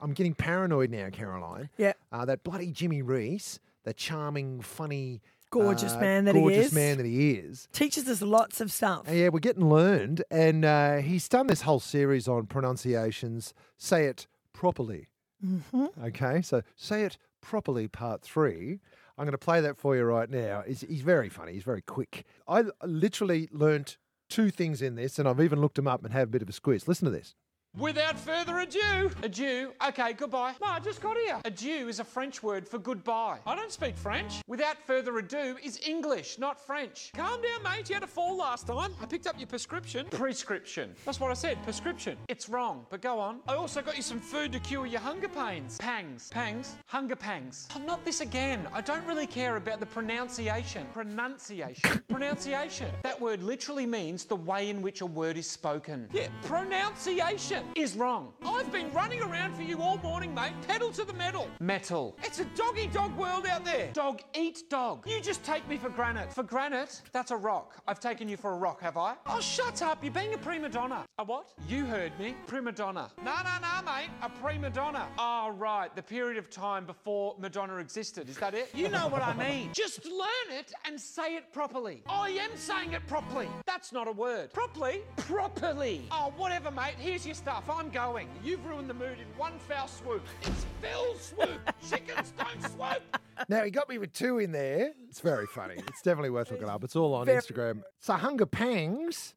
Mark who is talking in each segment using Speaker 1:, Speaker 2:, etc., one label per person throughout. Speaker 1: I'm getting paranoid now, Caroline.
Speaker 2: Yeah.
Speaker 1: Uh, that bloody Jimmy Reese, the charming, funny,
Speaker 2: Gorgeous
Speaker 1: uh,
Speaker 2: man that he
Speaker 1: gorgeous
Speaker 2: is.
Speaker 1: man that he is.
Speaker 2: Teaches us lots of stuff.
Speaker 1: Uh, Yeah, we're getting learned, and uh, he's done this whole series on pronunciations. Say it properly. Mm-hmm. Okay, so say it properly, part three. I'm going to play that for you right now. He's, he's very funny. He's very quick. I l- literally learnt two things in this, and I've even looked them up and had a bit of a squiz. Listen to this.
Speaker 3: Without further ado, adieu. Okay, goodbye. No, I just got here. Adieu is a French word for goodbye. I don't speak French. Without further ado is English, not French. Calm down, mate. You had a fall last time. I picked up your prescription. Prescription. That's what I said. Prescription. It's wrong, but go on. I also got you some food to cure your hunger pains. Pangs. Pangs. Hunger pangs. Oh, not this again. I don't really care about the pronunciation. Pronunciation. pronunciation. That word literally means the way in which a word is spoken. Yeah, pronunciation is wrong. I've been running around for you all morning, mate. Pedal to the metal. Metal. It's a doggy dog world out there. Dog eat dog. You just take me for granite. For granite? That's a rock. I've taken you for a rock, have I? Oh, shut up. You're being a prima donna. A what? You heard me. Prima donna. No, no, no, mate. A prima donna. Oh, right. The period of time before Madonna existed. Is that it? You know what I mean. Just learn it and say it properly. I am saying it properly. That's not a word. Properly? Properly. Oh, whatever, mate. Here's your stuff. I'm going. You've ruined the mood in one foul swoop. It's Phil swoop. Chickens don't swoop.
Speaker 1: Now he got me with two in there. It's very funny. It's definitely worth looking up. It's all on
Speaker 2: Very-
Speaker 1: Instagram. So hunger pangs,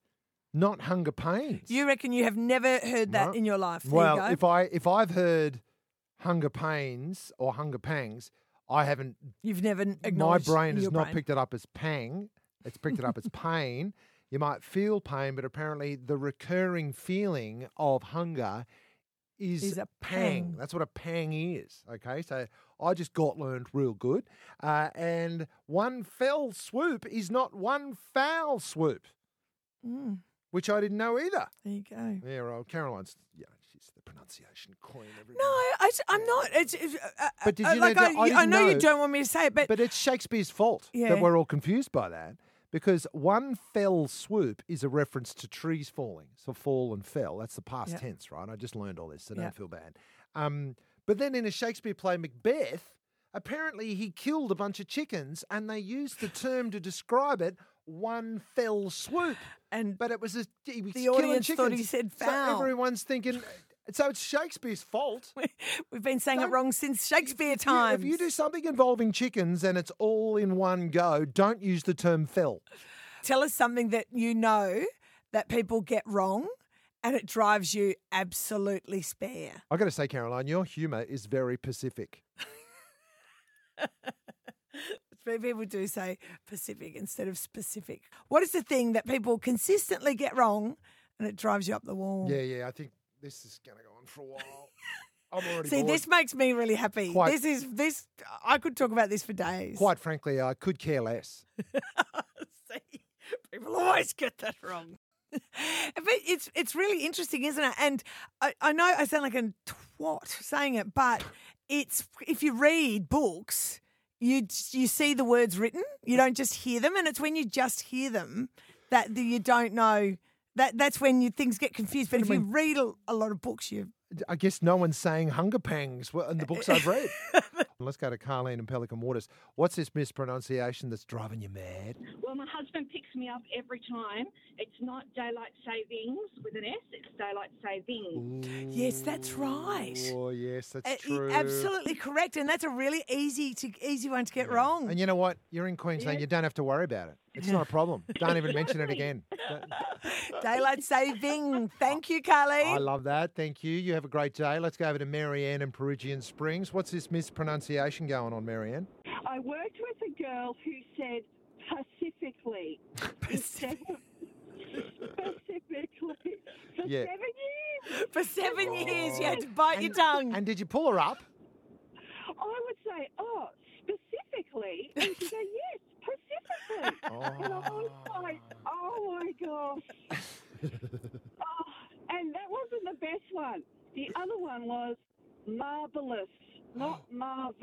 Speaker 1: not hunger pains.
Speaker 2: You reckon you have never heard that
Speaker 1: No.
Speaker 2: in your life? There
Speaker 1: well,
Speaker 2: you go.
Speaker 1: if I if I've heard hunger pains or hunger pangs, I haven't.
Speaker 2: You've never n-
Speaker 1: My
Speaker 2: acknowledged
Speaker 1: brain
Speaker 2: in
Speaker 1: has
Speaker 2: your
Speaker 1: not
Speaker 2: brain.
Speaker 1: picked it up as pang. It's picked it up as pain. You might feel pain, but apparently the recurring feeling of hunger is,
Speaker 2: Is a pang.
Speaker 1: That's what a pang is. Okay, so I just got learned real good. Uh, and one fell swoop is not one foul swoop,
Speaker 2: Mm.
Speaker 1: which I didn't know either.
Speaker 2: There you go.
Speaker 1: Yeah, well, Caroline's yeah, she's the pronunciation queen. Everyone.
Speaker 2: No, I, am not. It's, it's, uh, uh,
Speaker 1: But did
Speaker 2: uh,
Speaker 1: you know
Speaker 2: like
Speaker 1: that I
Speaker 2: I,
Speaker 1: didn't
Speaker 2: know, you
Speaker 1: know-
Speaker 2: don't want me to say it, but,
Speaker 1: but it's Shakespeare's fault
Speaker 2: Yeah.
Speaker 1: that we're all confused by that because one fell swoop is a reference to trees falling. So fall and fell. That's the past
Speaker 2: Yeah.
Speaker 1: tense, right? I just learned all this, so
Speaker 2: Yeah.
Speaker 1: don't feel bad. Um, but then in a Shakespeare play, Macbeth, apparently he killed a bunch of chickens, and they used the term to describe it. One fell swoop,
Speaker 2: And
Speaker 1: but it was a, he was
Speaker 2: the
Speaker 1: killing
Speaker 2: audience
Speaker 1: chickens.
Speaker 2: thought he said
Speaker 1: So
Speaker 2: foul.
Speaker 1: everyone's thinking, so it's Shakespeare's fault.
Speaker 2: we've been saying it
Speaker 1: don't-
Speaker 2: wrong since Shakespeare
Speaker 1: If you-
Speaker 2: times.
Speaker 1: If you do something involving chickens and it's all in one go, don't use the term fell.
Speaker 2: Tell us something that you know that people get wrong and it drives you absolutely spare.
Speaker 1: I got to say, Caroline, your humour is very Pacific.
Speaker 2: People do say Pacific instead of specific. What is the thing that people consistently get wrong and it drives you up the wall?
Speaker 1: Yeah, yeah. I think this is going to go on for a while. I'm already
Speaker 2: See,
Speaker 1: bored.
Speaker 2: this makes me really happy.
Speaker 1: Quite-
Speaker 2: This is this. I could talk about this for days.
Speaker 1: Quite frankly, I could care less.
Speaker 2: See, people always get that wrong. but it's it's really interesting, isn't it? And I, I know I sound like a twat saying it, but it's if you read books, you j- you see the words written, you don't just hear them, and it's when you just hear them that the, you don't know. That, that's when you, things get confused. But if you read a, a lot of books, you
Speaker 1: I guess no one's saying hunger pangs were in the books I've read. Let's go to Carlene and Pelican Waters. What's this mispronunciation that's driving you mad?
Speaker 4: Well, my husband picks me up every time. It's not daylight savings with an S, it's daylight savings.
Speaker 2: yes, that's right.
Speaker 1: Oh, yes, that's
Speaker 2: Uh, y-
Speaker 1: true.
Speaker 2: Absolutely correct, and that's a really easy to easy one to get wrong.
Speaker 1: And you know what? You're in Queensland. You don't have to worry about it. It's not a problem. Don't even mention it again. Don't-
Speaker 2: Daylight saving. Thank you, Carly.
Speaker 1: I love that. Thank you. You have a great day. Let's go over to Marianne in Perigian Springs. What's this mispronunciation going on, Marianne?
Speaker 5: I worked with a girl who said pacifically. instead of Specifically for
Speaker 1: Yeah.
Speaker 5: seven years.
Speaker 2: For seven years, you had to bite your tongue.
Speaker 1: Oh. And did you pull her up?
Speaker 5: I would say, oh, specifically. And she'd go, yes, pacifically. And I was like, oh my gosh. oh, and that wasn't the best one. The other one was marvelous, not marvelous,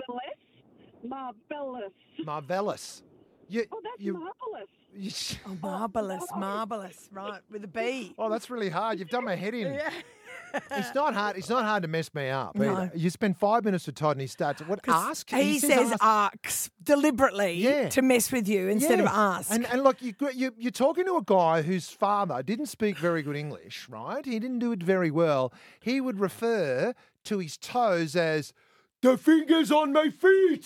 Speaker 5: marvelous.
Speaker 1: Marvellous. You,
Speaker 5: Oh, that's
Speaker 1: you,
Speaker 5: marvelous.
Speaker 1: you-
Speaker 2: Oh, marvelous, marvelous. Right, with a B.
Speaker 1: oh, that's really hard. You've done my head in. It's not hard. It's not hard to mess me up.
Speaker 2: No.
Speaker 1: either. You spend five minutes with Todd, and he starts. What
Speaker 2: 'Cause
Speaker 1: ask?
Speaker 2: He, says
Speaker 1: ask.
Speaker 2: arcs deliberately
Speaker 1: Yeah.
Speaker 2: to mess with you instead of
Speaker 1: Yeah.
Speaker 2: ask.
Speaker 1: And, and look, you, you, you're talking to a guy whose father didn't speak very good English, right? He didn't do it very well. He would refer to his toes as the fingers on my feet.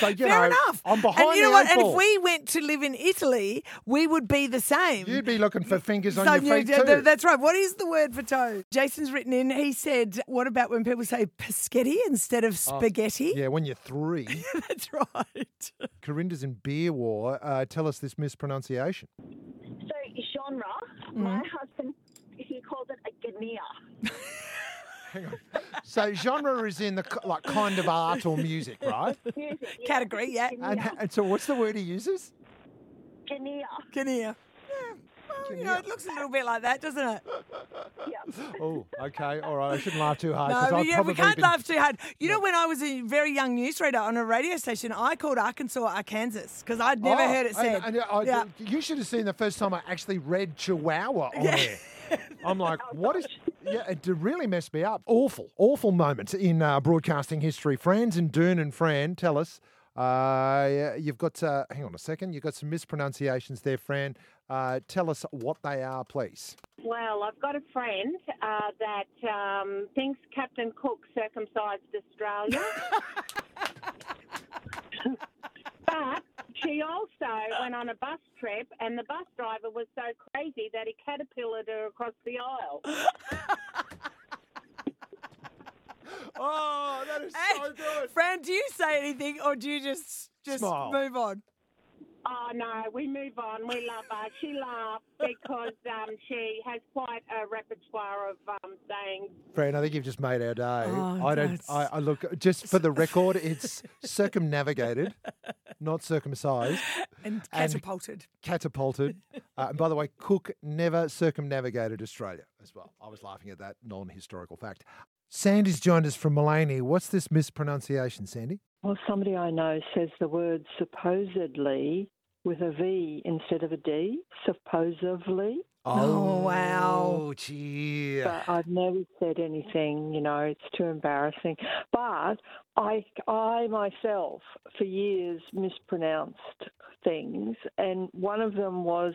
Speaker 1: so you
Speaker 2: Fair
Speaker 1: know,
Speaker 2: enough.
Speaker 1: I'm behind
Speaker 2: and you know
Speaker 1: the
Speaker 2: what?
Speaker 1: eight
Speaker 2: And
Speaker 1: ball.
Speaker 2: if we went to live in Italy, we would be the same.
Speaker 1: You'd be looking for fingers
Speaker 2: So
Speaker 1: on your
Speaker 2: you-
Speaker 1: feet
Speaker 2: th-
Speaker 1: too.
Speaker 2: th- that's right. What is the word for toe? Jason's written in. He said, "What about when people say pescetti instead of spaghetti?"
Speaker 1: Oh, yeah, when you're three,
Speaker 2: That's right.
Speaker 1: Corinda's in beer war. Uh, tell us this mispronunciation.
Speaker 5: So genre,
Speaker 2: Mm-hmm.
Speaker 5: my husband, he calls it a gnea.
Speaker 1: So genre is in the k- like kind of art or music, right?
Speaker 5: Music, yeah.
Speaker 2: Category, yeah.
Speaker 1: And,
Speaker 5: Gnea.
Speaker 1: and so, what's the word he uses?
Speaker 5: Gnea.
Speaker 2: Can hear. Yeah. Well, you know,
Speaker 1: Gnocchi.
Speaker 2: it looks a little bit like that, doesn't it?
Speaker 5: Yeah.
Speaker 1: Oh, okay, all right. I shouldn't laugh too hard. 'cause
Speaker 2: No,
Speaker 1: I've
Speaker 2: yeah,
Speaker 1: probably
Speaker 2: we can't
Speaker 1: been-
Speaker 2: laugh too hard. You know, when I was a very young newsreader on a radio station, I called Arkansas Arkansas because I'd never
Speaker 1: Oh,
Speaker 2: heard it said.
Speaker 1: and- and I-
Speaker 2: yeah.
Speaker 1: You should have seen the first time I actually read Chihuahua on there. I'm like,
Speaker 2: Oh,
Speaker 1: what is? Yeah, it really messed me up. Awful, awful moments in uh, broadcasting history. Franz and Dern and Fran, tell us. Uh, you've got. Uh, hang on a second. You've got some mispronunciations there, Fran. Uh, tell us what they are, please.
Speaker 4: Well, I've got a friend uh, that um, thinks Captain Cook circumcised Australia. but she also went on a bus trip, and the bus driver was so crazy that he caterpillared her across the aisle.
Speaker 1: Oh, that is
Speaker 2: so
Speaker 1: good.
Speaker 2: Fran, do you say anything or do you just just
Speaker 1: Smile.
Speaker 2: move on?
Speaker 4: Oh, no, we move on. We love her. She laughed because um, she has quite a repertoire of um, sayings.
Speaker 1: Fran, I think you've just made our day.
Speaker 2: Oh,
Speaker 1: I don't.
Speaker 2: that's-
Speaker 1: I, I look just for the record. It's circumnavigated, not circumcised,
Speaker 2: And
Speaker 1: And- E
Speaker 2: catapulted.
Speaker 1: catapulted. Uh, and by the way, Cook never circumnavigated Australia as well. I was laughing at that non-historical fact. Sandy's joined us from Mullaney. What's this mispronunciation, Sandy?
Speaker 6: Well, somebody I know says the word supposedly with a V instead of a D, supposedly,
Speaker 2: Oh, wow.
Speaker 1: Oh, gee.
Speaker 6: but I've never said anything, you know, it's too embarrassing. But I, I myself, for years, mispronounced things, and one of them was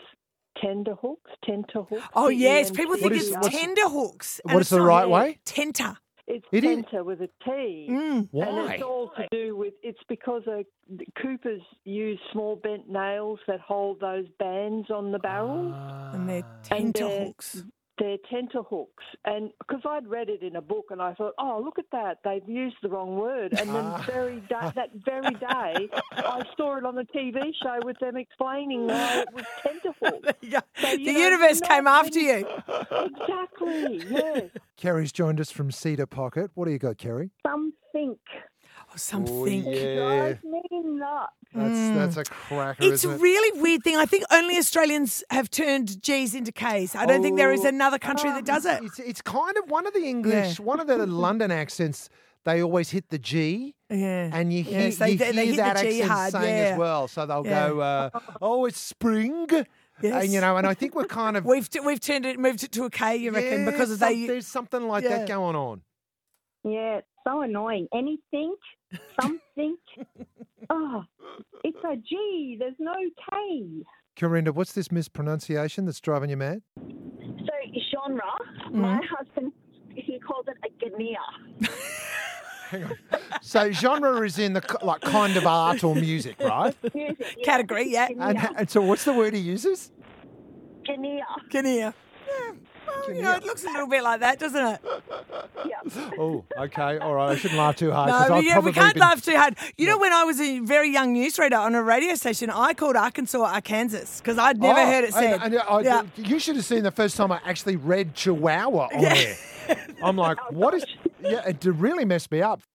Speaker 6: tender hooks, tenter hooks.
Speaker 2: Oh, yes.
Speaker 6: T E N T E R.
Speaker 2: People think
Speaker 1: is-
Speaker 2: it's
Speaker 1: what's-
Speaker 2: tender hooks. and
Speaker 1: what
Speaker 2: it's
Speaker 1: is the
Speaker 2: not.
Speaker 1: right way?
Speaker 2: Tenter.
Speaker 6: It's
Speaker 1: It is-
Speaker 6: tenter with a T.
Speaker 2: Mm.
Speaker 6: And
Speaker 1: Why?
Speaker 6: it's all to do with it's because uh, the Coopers use small bent nails that hold those bands on the barrel.
Speaker 2: And they're
Speaker 1: Ah.
Speaker 6: And
Speaker 2: tenter
Speaker 6: they're-
Speaker 2: hooks.
Speaker 6: They're tenter hooks, and because I'd read it in a book, and I thought, oh, look at that, they've used the wrong word. And then
Speaker 1: Ah.
Speaker 6: very da- that very day, I saw it on the TV show with them explaining why it was tenter hooks.
Speaker 2: Yeah.
Speaker 6: So,
Speaker 2: The
Speaker 6: you know,
Speaker 2: universe
Speaker 6: not
Speaker 2: came after
Speaker 6: many-
Speaker 2: you.
Speaker 6: Exactly. Yes.
Speaker 1: Kerry's joined us from Cedar Pocket. What do you got, Kerry?
Speaker 5: Some think.
Speaker 2: Oh, something.
Speaker 1: yeah.
Speaker 5: Drives me nuts.
Speaker 1: That's that's a cracker,
Speaker 2: Mm. It's
Speaker 1: isn't
Speaker 2: a
Speaker 1: it?
Speaker 2: really weird thing. I think only Australians have turned G's into K's. I don't think there is
Speaker 1: Oh.
Speaker 2: another country that does it.
Speaker 1: It's, it's kind of one of the English, one of the London accents. They always hit the G,
Speaker 2: Yeah.
Speaker 1: and you hear,
Speaker 2: Yes, they-
Speaker 1: you
Speaker 2: they- they
Speaker 1: hear
Speaker 2: hit the
Speaker 1: that
Speaker 2: G
Speaker 1: accent
Speaker 2: hard,
Speaker 1: saying
Speaker 2: yeah.
Speaker 1: as well. So they'll
Speaker 2: Yeah.
Speaker 1: go, uh, "Oh, it's spring,"
Speaker 2: Yes.
Speaker 1: and you know. And I think we're kind of
Speaker 2: We've, t- we've turned it, moved it to a K, you reckon,
Speaker 1: Yeah,
Speaker 2: because of
Speaker 1: some-
Speaker 2: they.
Speaker 1: there's something like
Speaker 2: yeah.
Speaker 1: that going on.
Speaker 5: Yeah, it's so annoying. Anything, something. oh, it's a G. There's no K.
Speaker 1: Corinda, what's this mispronunciation that's driving you mad?
Speaker 5: So genre, my husband, he calls it a gnea.
Speaker 1: So genre is in the k- like kind of art or music, right?
Speaker 5: Music, yeah.
Speaker 2: Category, yeah.
Speaker 1: And, and so, what's the word he uses?
Speaker 5: Gnea.
Speaker 2: Can hear. Yeah. Well, you know, it looks a little bit like that, doesn't it?
Speaker 1: Oh, okay, all right. I shouldn't laugh too hard.
Speaker 2: No,
Speaker 1: 'cause
Speaker 2: but
Speaker 1: I've
Speaker 2: yeah, we
Speaker 1: probably
Speaker 2: can't
Speaker 1: been-
Speaker 2: laugh too hard. You know, when I was a very young newsreader on a radio station, I called Arkansas Arkansas because I'd never
Speaker 1: Oh,
Speaker 2: heard it said.
Speaker 1: And, and I,
Speaker 2: yeah.
Speaker 1: You should have seen the first time I actually read Chihuahua on there. I'm like, what is? Yeah, it really messed me up.